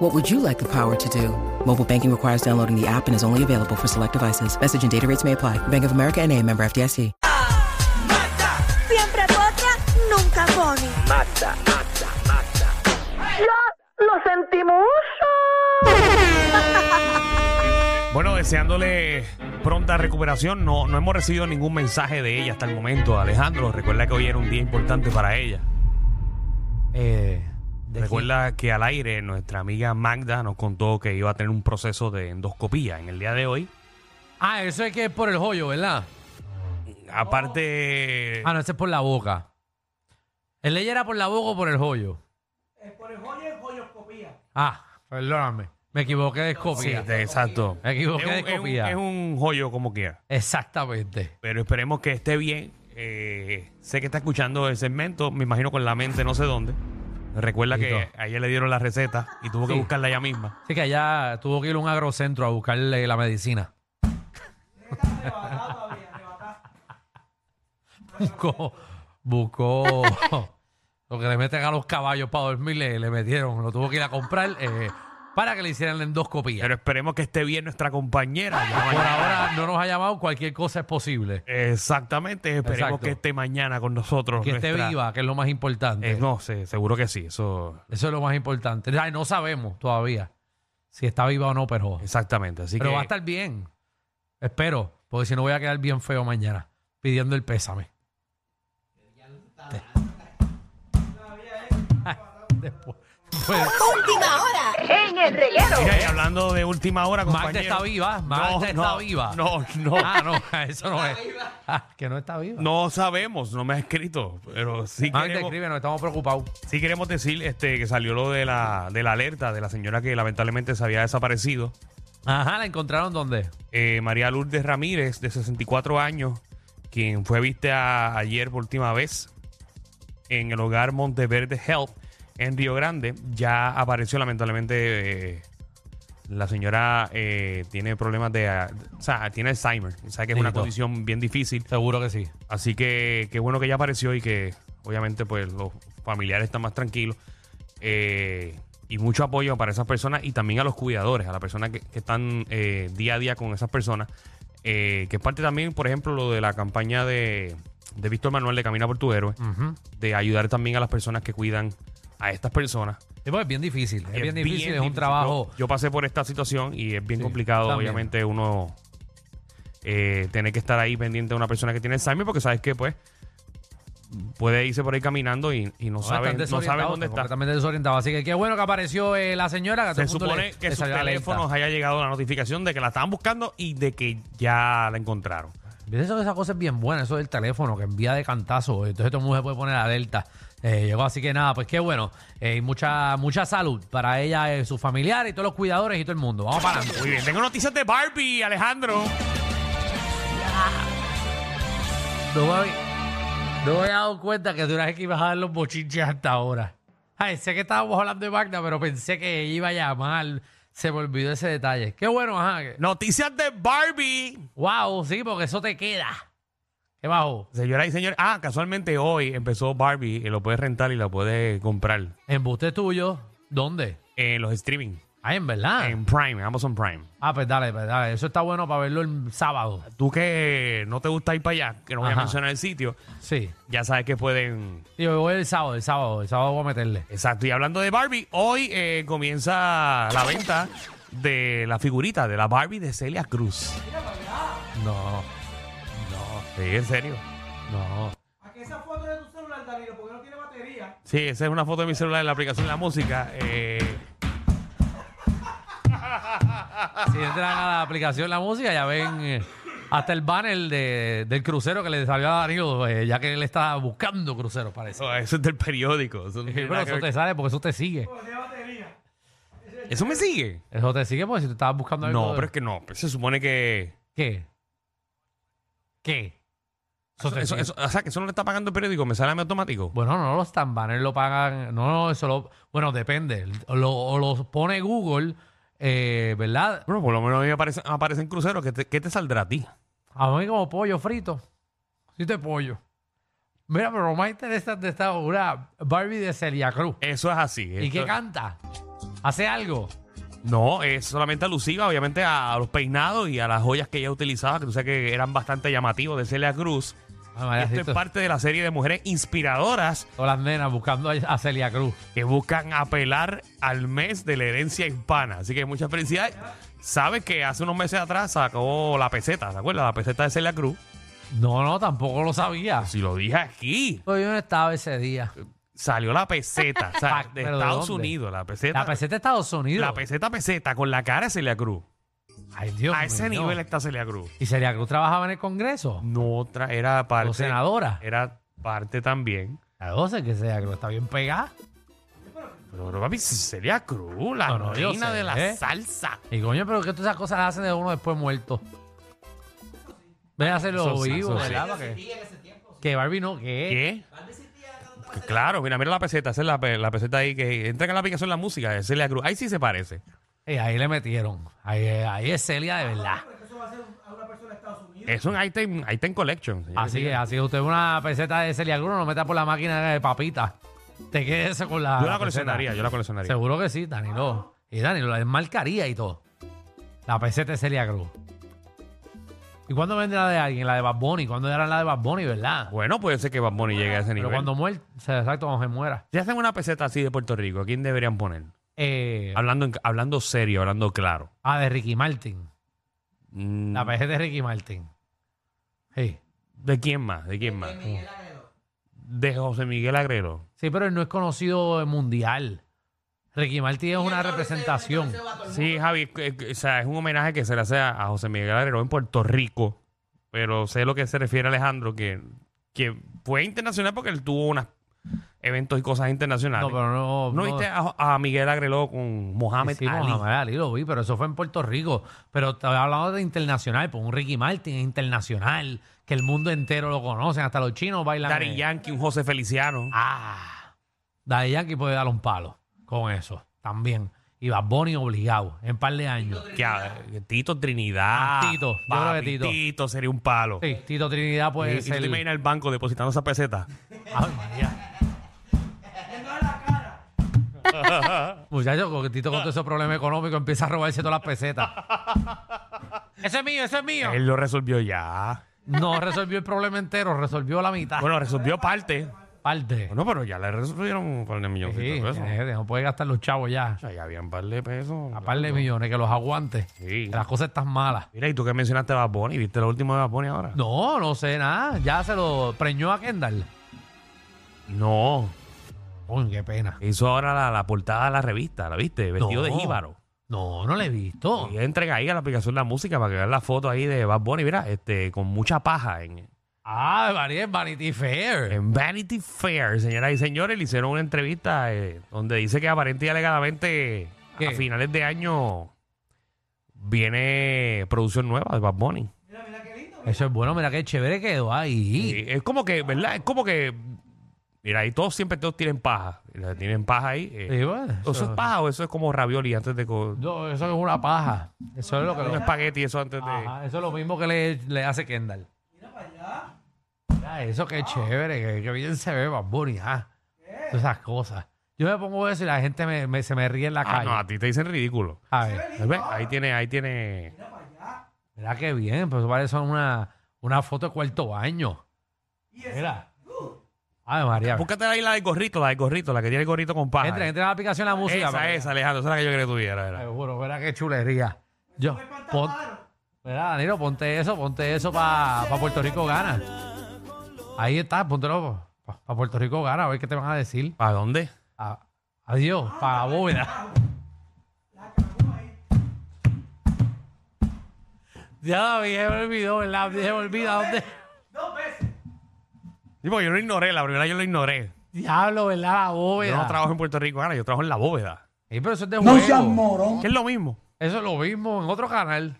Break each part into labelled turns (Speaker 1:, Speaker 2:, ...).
Speaker 1: What would you like the power to do? Mobile banking requires downloading the app and is only available for select devices. Message and data rates may apply. Bank of America and a member FDIC.
Speaker 2: Siempre potra, nunca pone.
Speaker 3: Bueno, deseándole pronta recuperación, no, no hemos recibido ningún mensaje de ella hasta el momento, Alejandro. Recuerda que hoy era un día importante para ella.
Speaker 4: Eh, de
Speaker 3: Recuerda que al aire nuestra amiga Magda nos contó que iba a tener un proceso de endoscopía en el día de hoy.
Speaker 4: quién? Ah, eso es que es por el hoyo, ¿verdad?
Speaker 3: Aparte,
Speaker 4: Ah, no, ese es por la boca. El ley era por la boca o por el hoyo. Es por el hoyo es hoyoscopía. Ah, perdóname. Me equivoqué de
Speaker 3: sí,
Speaker 4: escopía.
Speaker 3: te- exacto.
Speaker 4: Me equivoqué de
Speaker 3: es, un, es un-
Speaker 4: escopía.
Speaker 3: es un joyo como quiera.
Speaker 4: Exactamente.
Speaker 3: Pero esperemos que esté bien. Eh, sé que está escuchando el segmento, me imagino con la mente no sé dónde. Recuerda que
Speaker 4: Bendito.
Speaker 3: a ella le dieron la receta y tuvo que
Speaker 4: Sí.
Speaker 3: buscarla ella misma.
Speaker 4: Así que allá tuvo que ir a un agrocentro a buscarle la medicina. buscó, buscó lo que le meten a los caballos para dormir, le, le metieron, lo tuvo que ir a comprar eh, para que le hicieran la endoscopía.
Speaker 3: Pero esperemos que esté bien nuestra compañera. Ya
Speaker 4: Por
Speaker 3: mañana-
Speaker 4: ahora no nos ha llamado, cualquier cosa es posible.
Speaker 3: Exactamente, esperemos
Speaker 4: Exacto.
Speaker 3: que esté mañana con nosotros.
Speaker 4: Que esté
Speaker 3: nuestra-
Speaker 4: viva, que es lo más importante.
Speaker 3: Eh, no sé, seguro que sí, eso
Speaker 4: Eso es lo más importante. Ay, no sabemos todavía si está viva o no, pero,
Speaker 3: exactamente. Así
Speaker 4: pero
Speaker 3: que
Speaker 4: va a estar bien. Espero, porque si no voy a quedar bien feo mañana pidiendo el pésame. Te- Después- después-
Speaker 2: Última hora en el reguero.
Speaker 3: Mira, y hablando de última hora,
Speaker 4: Magda
Speaker 3: compañero.
Speaker 4: está viva, Magda está viva.
Speaker 3: No, no,
Speaker 4: Ah, no, eso no es. Ah, que no está viva. Ah,
Speaker 3: no sabemos, no me ha escrito, pero sí
Speaker 4: Magda,
Speaker 3: queremos,
Speaker 4: escríbenos, estamos preocupados.
Speaker 3: sí queremos decir este, que salió lo de la, de la alerta de la señora que lamentablemente se había desaparecido.
Speaker 4: Ajá, ¿la encontraron dónde?
Speaker 3: Eh, María Lourdes Ramírez, de 64 años, quien fue vista ayer por última vez en el hogar Monteverde Health en Río Grande. Ya apareció, lamentablemente, eh, la señora eh, tiene problemas de. ah, o sea, tiene Alzheimer. O sea, que es una
Speaker 4: Listo.
Speaker 3: condición bien difícil.
Speaker 4: Seguro que sí.
Speaker 3: Así que qué bueno que ya apareció y que obviamente pues los familiares están más tranquilos. Eh, y mucho apoyo para esas personas y también a los cuidadores, a las personas que, que están eh, día a día con esas personas. eh, que es parte también, por ejemplo, lo de la campaña de, de Víctor Manuel de Camina por tu Héroe,
Speaker 4: Ujú.
Speaker 3: de ayudar también a las personas que cuidan a estas personas.
Speaker 4: Sí, porque es bien difícil, es, bien difícil, es un
Speaker 3: difícil.
Speaker 4: trabajo.
Speaker 3: Yo, yo pasé por esta situación y es bien
Speaker 4: Sí,
Speaker 3: complicado,
Speaker 4: también.
Speaker 3: obviamente, uno eh, tener que estar ahí pendiente de una persona que tiene Alzheimer porque sabes que, pues, puede irse por ahí caminando y, y no, sabe,
Speaker 4: están
Speaker 3: no sabe
Speaker 4: desorientados,
Speaker 3: dónde está.
Speaker 4: Completamente desorientado. Así que qué bueno que apareció eh, la señora. Que a todo el
Speaker 3: Se
Speaker 4: mundo le-
Speaker 3: supone que
Speaker 4: le
Speaker 3: sus
Speaker 4: salió la
Speaker 3: teléfonos haya llegado la notificación de que la estaban buscando y de que ya la encontraron.
Speaker 4: alerta. ¿Ves eso que esa cosa es bien buena, eso del teléfono que envía de cantazo. Entonces todo el mundo se puede poner alerta. Eh, llegó así que nada, pues qué bueno. Eh, y mucha, mucha salud para ella, eh, sus familiares y todos los cuidadores y todo el mundo. Vamos para adelante.
Speaker 3: Muy bien, tengo noticias de Barbie, Alejandro.
Speaker 4: No me, había- no me había dado cuenta que tú eras el que ibas a dar los bochinches hasta ahora. Ay, sé que estábamos hablando de Magda, pero pensé que iba a llamar. Se me olvidó ese detalle. Qué bueno, ajá. que-
Speaker 3: Noticias de Barbie.
Speaker 4: Wow, sí, porque eso te queda. ¿Qué bajo?
Speaker 3: Señoras y señores, ah, casualmente hoy empezó Barbie, y lo puedes rentar y lo puedes comprar
Speaker 4: Embuste tuyo. ¿Dónde?
Speaker 3: en los streaming.
Speaker 4: Ah, en verdad.
Speaker 3: En Prime, Amazon Prime.
Speaker 4: Ah, pues dale, pues dale. Eso está bueno para verlo el sábado.
Speaker 3: Tú que no te gusta ir para allá, que no voy a
Speaker 4: Ajá.
Speaker 3: mencionar el sitio,
Speaker 4: Sí.
Speaker 3: ya sabes que pueden.
Speaker 4: Yo voy el sábado, el sábado, el sábado voy a meterle.
Speaker 3: Exacto. Y hablando de Barbie, hoy eh, comienza la venta de la figurita de la Barbie de Celia Cruz.
Speaker 4: No,
Speaker 3: Sí, en serio.
Speaker 4: no.
Speaker 3: Sí, esa es una foto de mi celular en la aplicación de la música. eh,
Speaker 4: Si entran a la aplicación la música, ya ven eh, hasta el banner de- del crucero que le salió a Danilo, eh, ya que él está buscando cruceros, parece.
Speaker 3: eso, eso es del periódico. Eso, no tiene
Speaker 4: Eh, Pero
Speaker 3: nada que
Speaker 4: eso te
Speaker 3: ver-
Speaker 4: sale porque eso te sigue.
Speaker 3: ¿Eso me sigue.
Speaker 4: Eso te sigue porque si tú estabas buscando algo.
Speaker 3: No, pues,
Speaker 4: de-
Speaker 3: pero es que no. Se supone que.
Speaker 4: ¿Qué? ¿Qué? Eso te
Speaker 3: Eso-
Speaker 4: sigue.
Speaker 3: eso- o sea, que eso no le está pagando el periódico, me sale a mí automático.
Speaker 4: Bueno, no, los tambanners lo pagan. No, no, eso lo. Bueno, depende. Lo, o los pone Google, eh, ¿verdad?
Speaker 3: Bueno, por lo menos a mí me aparece- me aparecen cruceros. ¿Qué te, qué te saldrá a ti?
Speaker 4: A mí como pollo frito. Sí te pollo. Mira, pero lo más interesante está una Barbie de Celia Cruz.
Speaker 3: Eso es así.
Speaker 4: ¿Y
Speaker 3: Esto-
Speaker 4: qué canta? ¿Hace algo?
Speaker 3: No, es solamente alusiva, obviamente, a, a los peinados y a las joyas que ella utilizaba, que tú sabes que eran bastante llamativos de Celia Cruz.
Speaker 4: Ay, María,
Speaker 3: Esto es
Speaker 4: Cristo.
Speaker 3: parte de la serie de mujeres inspiradoras
Speaker 4: Todas las nenas buscando a- a Celia Cruz.
Speaker 3: que buscan apelar al mes de la herencia hispana. Así que mucha felicidad. Sabes que hace unos meses atrás sacó la peseta, ¿te acuerdas? La peseta de Celia Cruz.
Speaker 4: No, no, tampoco lo sabía.
Speaker 3: Si lo dije aquí,
Speaker 4: Pero Pues Yo no estaba ese día.
Speaker 3: salió la peseta. o sea,
Speaker 4: Pa-
Speaker 3: de
Speaker 4: ¿pero de
Speaker 3: Estados
Speaker 4: dónde?
Speaker 3: Unidos, la peseta.
Speaker 4: La peseta de Estados Unidos.
Speaker 3: la peseta peseta con la cara de Celia Cruz.
Speaker 4: Ay, Dios
Speaker 3: A ese
Speaker 4: mío.
Speaker 3: nivel está Celia Cruz.
Speaker 4: ¿Y Celia Cruz trabajaba en el Congreso?
Speaker 3: No otra, era parte.
Speaker 4: ¿O senadora?
Speaker 3: Era parte también.
Speaker 4: A 12 que Celia Cruz está bien pegada.
Speaker 3: Pero, pero, papi, si Celia Cruz, la
Speaker 4: No, no, yo
Speaker 3: reina
Speaker 4: sé,
Speaker 3: de la
Speaker 4: ¿eh?
Speaker 3: salsa.
Speaker 4: Y coño, pero que todas esas cosas las hacen de uno después muerto. Ven a hacerlo
Speaker 3: Eso sí,
Speaker 4: vivo,
Speaker 3: eso sí.
Speaker 4: ¿verdad? Para que- Que Barbie no, que
Speaker 3: ¿Qué? Pues Claro, mira, mira la peseta, esa es la, pe- la peseta ahí que entra en la aplicación la música de Celia Cruz. Ahí sí se parece.
Speaker 4: Eh, ahí le metieron. Ahí, ahí es Celia de verdad.
Speaker 3: Es un item, item collection. señor.
Speaker 4: Así que, así que usted ve una peseta de Celia Cruz, no lo meta por la máquina de papita. Te quedes eso con Ah, la.
Speaker 3: yo la
Speaker 4: peseta.
Speaker 3: coleccionaría, yo la coleccionaría.
Speaker 4: Seguro que sí, Danilo. Y Danilo la desmarcaría y todo. La peseta de Celia Cruz. ¿Y cuándo vendrá la de alguien? La de Bad Bunny. ¿Cuándo darán la de Bad Bunny, verdad?
Speaker 3: Bueno, puede ser que Bad Bunny llegue a ese
Speaker 4: Pero
Speaker 3: nivel.
Speaker 4: cuando muera, o sea, exacto, cuando se muera.
Speaker 3: Si hacen una peseta así de Puerto Rico, ¿a quién deberían poner?
Speaker 4: Eh,
Speaker 3: Hablando, en- hablando serio, hablando claro.
Speaker 4: ah, de Ricky Martin.
Speaker 3: Mm,
Speaker 4: La peseta de Ricky Martin. Sí.
Speaker 3: ¿De quién más? ¿De quién más? De José Miguel Agrero.
Speaker 4: Sí, pero él no es conocido mundial. Ricky Martin es una representación.
Speaker 3: Sí, Javi, eh, eh, o sea, es un homenaje que se le hace a, a José Miguel Agrero en Puerto Rico, pero sé lo que se refiere Alejandro, que, que fue internacional porque él tuvo unos eventos y cosas internacionales.
Speaker 4: No, pero no.
Speaker 3: ¿No, viste a, a Miguel Agrelo con Mohamed
Speaker 4: Sí,
Speaker 3: Ali?
Speaker 4: Mohamed Ali lo vi, pero eso fue en Puerto Rico. Pero estaba hablando de internacional, pues un Ricky Martin es internacional, que el mundo entero lo conocen, hasta los chinos bailan.
Speaker 3: Daddy Yankee, un José Feliciano.
Speaker 4: Ah, Daddy Yankee puede dar un palo con eso también. Y Bad Bunny obligado en par de años.
Speaker 3: que, a- que Tito Trinidad.
Speaker 4: Ah, Tito, yo creo que
Speaker 3: Papi,
Speaker 4: Tito.
Speaker 3: sería un palo.
Speaker 4: Sí, Tito Trinidad
Speaker 3: Y-
Speaker 4: puede
Speaker 3: y tú
Speaker 4: ser.
Speaker 3: te imaginas el banco depositando esa peseta.
Speaker 4: Ay, María. Muchachos, con Tito con todo ese problema económico empieza a robarse todas las pesetas. ¡Eso es mío, eso es mío!
Speaker 3: Él lo resolvió ya.
Speaker 4: No resolvió el problema entero, resolvió la mitad.
Speaker 3: Bueno, resolvió parte.
Speaker 4: parte.
Speaker 3: Bueno, pues, pero ya le resolvieron un par de
Speaker 4: Sí,
Speaker 3: milloncitos de pesos.
Speaker 4: tiene- no puede gastar los chavos ya.
Speaker 3: O sea, ya habían par de pesos.
Speaker 4: A par de millones, que los aguante.
Speaker 3: Sí.
Speaker 4: Que Las cosas están malas.
Speaker 3: Mira, y tú que mencionaste a Bad Bunny, ¿viste lo último de Bad Bunny ahora?
Speaker 4: No, no sé nada. Ya se lo preñó a Kendall.
Speaker 3: No.
Speaker 4: Uy, qué pena.
Speaker 3: Hizo ahora la, la portada de la revista, ¿la viste? Vestido de
Speaker 4: No.
Speaker 3: jíbaro.
Speaker 4: No, no le he visto.
Speaker 3: Y entrega ahí a la aplicación de la música para que vean la foto ahí de Bad Bunny, mira, este, con mucha paja en,
Speaker 4: Ah, María, es Vanity Fair.
Speaker 3: en Vanity Fair, señoras y señores, le hicieron una entrevista eh, donde dice que aparente y alegadamente
Speaker 4: ¿Qué?
Speaker 3: a finales de año viene producción nueva de Bad Bunny.
Speaker 4: Eso es bueno, mira qué chévere quedó ahí.
Speaker 3: Y es como que, ¿verdad? Es como que, mira, ahí todos siempre todos tienen paja, Mira, tienen paja ahí. eh.
Speaker 4: Sí, bueno,
Speaker 3: ¿Eso es paja o eso es como ravioli antes de... co-
Speaker 4: No, eso es una paja. Eso es lo que
Speaker 3: un
Speaker 4: lo-
Speaker 3: espagueti eso antes de...
Speaker 4: Ajá, eso es lo mismo que le, le hace Kendall. Mira para allá. eso qué chévere, que, que bien se ve Bad Bunny, ah. Todas esas cosas. Yo me pongo eso y la gente me, me- se me ríe en la
Speaker 3: Ah,
Speaker 4: calle.
Speaker 3: no, a ti te dicen ridículo.
Speaker 4: A ver,
Speaker 3: ¿Ves? Ahí tiene, ahí tiene...
Speaker 4: mira qué bien, pero eso parece una, una foto de cuarto baño. Mira. Ay, María.
Speaker 3: Búscate ahí la del gorrito, la del gorrito, la que tiene el gorrito con paja.
Speaker 4: Entra, entra en la aplicación de la música.
Speaker 3: esa,
Speaker 4: para que-
Speaker 3: esa, Alejandro, esa es la que yo quería que tuviera. era.
Speaker 4: Seguro, verá qué chulería. Yo, pon, verá, Danilo, ponte eso, ponte eso para Puerto Rico gana. Ahí está, póntelo para Puerto Rico gana, a ver qué te van a decir.
Speaker 3: ¿Para dónde?
Speaker 4: A- adiós,
Speaker 3: Ah,
Speaker 4: para la bóveda. Ya David se me olvidó, ¿verdad? Se me olvida dónde.
Speaker 3: Sí, porque yo lo ignoré, la primera yo lo ignoré.
Speaker 4: Diablo, ¿verdad? La
Speaker 3: Yo no
Speaker 4: bóveda.
Speaker 3: trabajo en Puerto Rico, ahora yo trabajo en la bóveda.
Speaker 4: Ey, pero eso es de juego.
Speaker 3: Que es lo mismo.
Speaker 4: Eso es lo mismo en otro canal.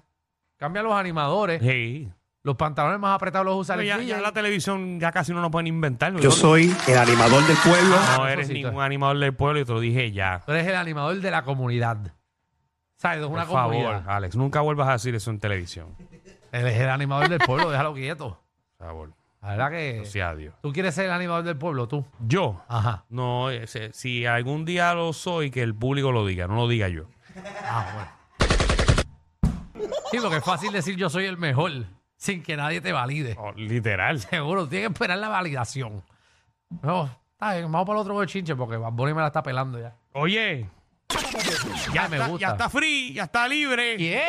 Speaker 4: Cambia los animadores.
Speaker 3: Sí.
Speaker 4: Los pantalones más apretados los usa
Speaker 3: Pero
Speaker 4: el
Speaker 3: ya, ya
Speaker 4: DJ.
Speaker 3: la televisión ya casi no nos pueden inventar.
Speaker 5: Yo
Speaker 3: ¿no?
Speaker 5: soy el animador del pueblo.
Speaker 4: Ah,
Speaker 3: No eres
Speaker 4: Cosita.
Speaker 3: ningún animador del pueblo y te lo dije ya.
Speaker 4: Tú eres el animador de la comunidad. ¿Sabes? Es una
Speaker 3: Por favor,
Speaker 4: comunidad.
Speaker 3: Alex, nunca vuelvas a decir eso en televisión.
Speaker 4: Él es el animador del pueblo, déjalo quieto.
Speaker 3: Por favor,
Speaker 4: La verdad que.
Speaker 3: no sea Dios.
Speaker 4: Tú quieres ser el animador del pueblo, tú.
Speaker 3: Yo,
Speaker 4: Ajá.
Speaker 3: no, ese- si algún día lo soy, que el público lo diga, no lo diga yo.
Speaker 4: Ah, bueno. Sí, porque es fácil decir yo soy el mejor sin que nadie te valide.
Speaker 3: Oh, literal.
Speaker 4: Seguro, tienes que esperar la validación. No, está bien, vamos para el otro bochinche porque Bad Bunny me la está pelando ya.
Speaker 3: Oye,
Speaker 4: Ya me gusta.
Speaker 3: ya está free, ya está libre.
Speaker 4: ¿Quién?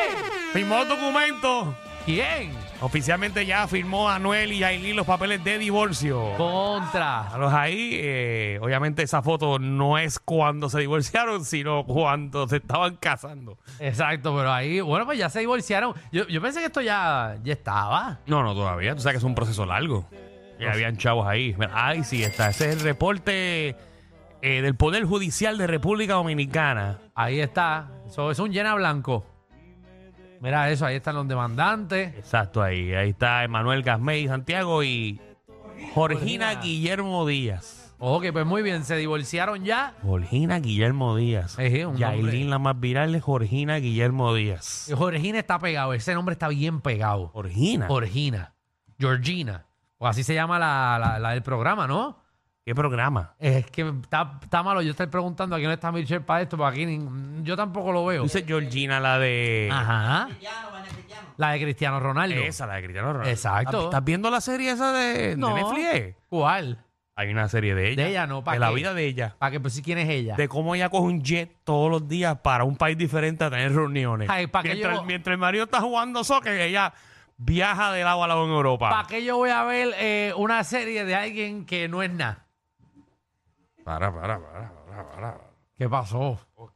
Speaker 3: Firmó el documento.
Speaker 4: ¿Quién?
Speaker 3: Oficialmente ya firmó Anuel y Yailin los papeles de divorcio.
Speaker 4: Oh. Contra.
Speaker 3: A los ahí, eh, obviamente esa foto no es cuando se divorciaron, sino cuando se estaban casando.
Speaker 4: Exacto, pero ahí, bueno, pues ya se divorciaron. Yo, yo pensé que esto ya, ya estaba.
Speaker 3: No, no, todavía. Tú sabes que es un proceso largo. Y habían chavos ahí. Mira, Ahí sí está. Ese es el reporte eh, del Poder Judicial de República Dominicana.
Speaker 4: Ahí está. Eso es un llena blanco. Mira eso, ahí están los demandantes.
Speaker 3: Exacto, ahí. Ahí está Emanuel Gasmey Santiago y Jorgina
Speaker 4: Jorgina.
Speaker 3: Guillermo Díaz.
Speaker 4: Ojo que pues muy bien, se divorciaron ya.
Speaker 3: Jorgina Guillermo Díaz.
Speaker 4: Ejé, un nombre.
Speaker 3: Yailin, la más viral, es Jorgina Guillermo Díaz.
Speaker 4: Y Jorgina está pegado, ese nombre está bien pegado.
Speaker 3: Jorgina.
Speaker 4: Jorgina. Georgina. O así se llama la, la- la del programa, ¿no?
Speaker 3: ¿Qué programa?
Speaker 4: Es que está, está malo yo estar preguntando aquí no está Michelle para esto, porque aquí ni- yo tampoco lo veo.
Speaker 3: Dice Georgina, la de.
Speaker 4: Ajá. La de Cristiano Ronaldo.
Speaker 3: Esa, la de Cristiano Ronaldo. Ah,
Speaker 4: Exacto.
Speaker 3: ¿Estás viendo la serie esa de, de Netflix?
Speaker 4: ¿Cuál?
Speaker 3: Hay una serie de ella.
Speaker 4: De ella, no, ¿pa'
Speaker 3: De la
Speaker 4: qué?
Speaker 3: vida de ella.
Speaker 4: Para que pues sí quién es ella.
Speaker 3: De cómo ella coge un jet todos los días para un país diferente a tener reuniones.
Speaker 4: Ay, ¿pa' qué
Speaker 3: mientras,
Speaker 4: yo-
Speaker 3: mientras el marido está jugando soccer, ella viaja de lado a lado en Europa.
Speaker 4: ¿Para qué yo voy a ver eh, una serie de alguien que no es nada?
Speaker 3: Para, para, para, para, para.
Speaker 4: ¿Qué pasó?
Speaker 3: Como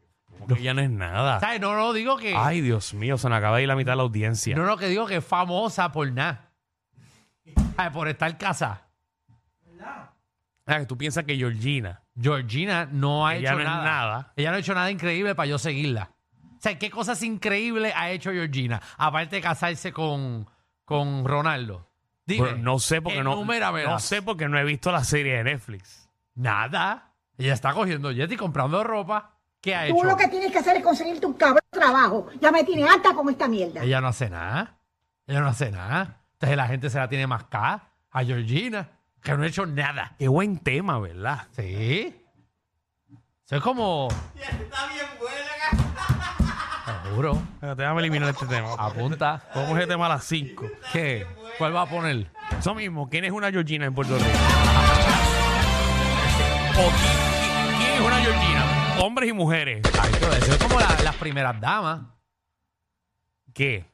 Speaker 3: que ella no es nada.
Speaker 4: ¿Sabes? No, no digo que.
Speaker 3: Ay, Dios mío, se nos acaba de ir la mitad de la audiencia.
Speaker 4: No, no, que digo que es famosa por nada. Ay, por estar casa.
Speaker 3: Ah, que tú piensas que Georgina.
Speaker 4: Georgina no ha
Speaker 3: Ella
Speaker 4: hecho
Speaker 3: no es
Speaker 4: nada.
Speaker 3: nada.
Speaker 4: Ella no ha hecho nada increíble para yo seguirla. O sea, ¿qué cosas increíbles ha hecho Georgina? Aparte de casarse con, con Ronaldo. Dime,
Speaker 3: Bueno, no sé porque no.
Speaker 4: enuméramelas.
Speaker 3: No sé porque no he visto la serie de Netflix.
Speaker 4: Nada. Ella está cogiendo jet y comprando ropa. ¿Qué ha
Speaker 2: Tú
Speaker 4: hecho?
Speaker 2: lo que tienes que hacer es conseguirte un cabrón trabajo. Ya me tiene harta con esta mierda.
Speaker 4: Ella no hace nada. Ella no hace nada. Entonces la gente se la tiene más acá a Georgina, que no ha hecho nada.
Speaker 3: Qué buen tema, ¿verdad?
Speaker 4: Sí. Eso es como. Está bien buena. Seguro.
Speaker 3: déjame eliminar este tema.
Speaker 4: Apunta.
Speaker 3: Vamos ese tema a las 5.
Speaker 4: ¿Qué? ¿Cuál va a poner?
Speaker 3: Eso mismo, ¿quién es una Georgina en Puerto Rico? O, ¿qui- ¿Quién es una Georgina? Hombres y mujeres.
Speaker 4: Ay, pero eso es como la- las primeras damas.
Speaker 3: ¿Qué?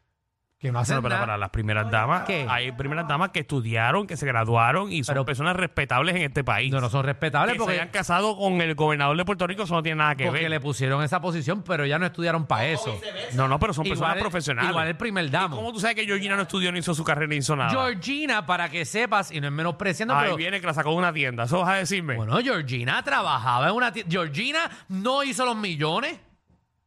Speaker 4: Que no hacen
Speaker 3: Bueno, para,
Speaker 4: nada.
Speaker 3: para las primeras damas.
Speaker 4: ¿Qué?
Speaker 3: Hay primeras damas que estudiaron, que se graduaron y son
Speaker 4: Pero-
Speaker 3: personas respetables en este país.
Speaker 4: No, no son respetables
Speaker 3: que se
Speaker 4: porque,
Speaker 3: hayan casado con el gobernador de Puerto Rico, eso no tiene nada que
Speaker 4: porque
Speaker 3: ver.
Speaker 4: le pusieron esa posición, pero ya no estudiaron para eso.
Speaker 3: No, no, pero son personas
Speaker 4: el-
Speaker 3: profesionales.
Speaker 4: Igual el primer
Speaker 3: ¿Cómo
Speaker 4: damo.
Speaker 3: tú sabes que Georgina no estudió ni hizo su carrera ni hizo nada?
Speaker 4: Georgina, para que sepas, y no es menospreciando,
Speaker 3: Ahí
Speaker 4: pero.
Speaker 3: viene que la sacó de una tienda. Eso vas a decirme.
Speaker 4: Bueno, Georgina trabajaba en una tienda. Georgina no hizo los millones.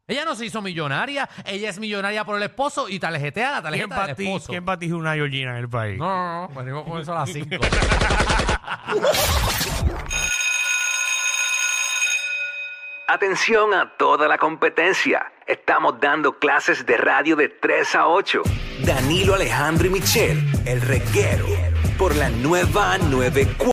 Speaker 4: Ella no se hizo millonaria. Ella es millonaria por el esposo y tarjetea la
Speaker 3: ¿Quién
Speaker 4: tarjeta del
Speaker 3: batiz-
Speaker 4: esposo.
Speaker 3: ¿Quién batiza una Georgina en el país?
Speaker 4: No, no, no. Me digo con eso a las 5.
Speaker 6: Atención a toda la competencia. Estamos dando clases de radio de 3 a 8. Danilo Alejandro y Michel, el reguero, por la nueva 94.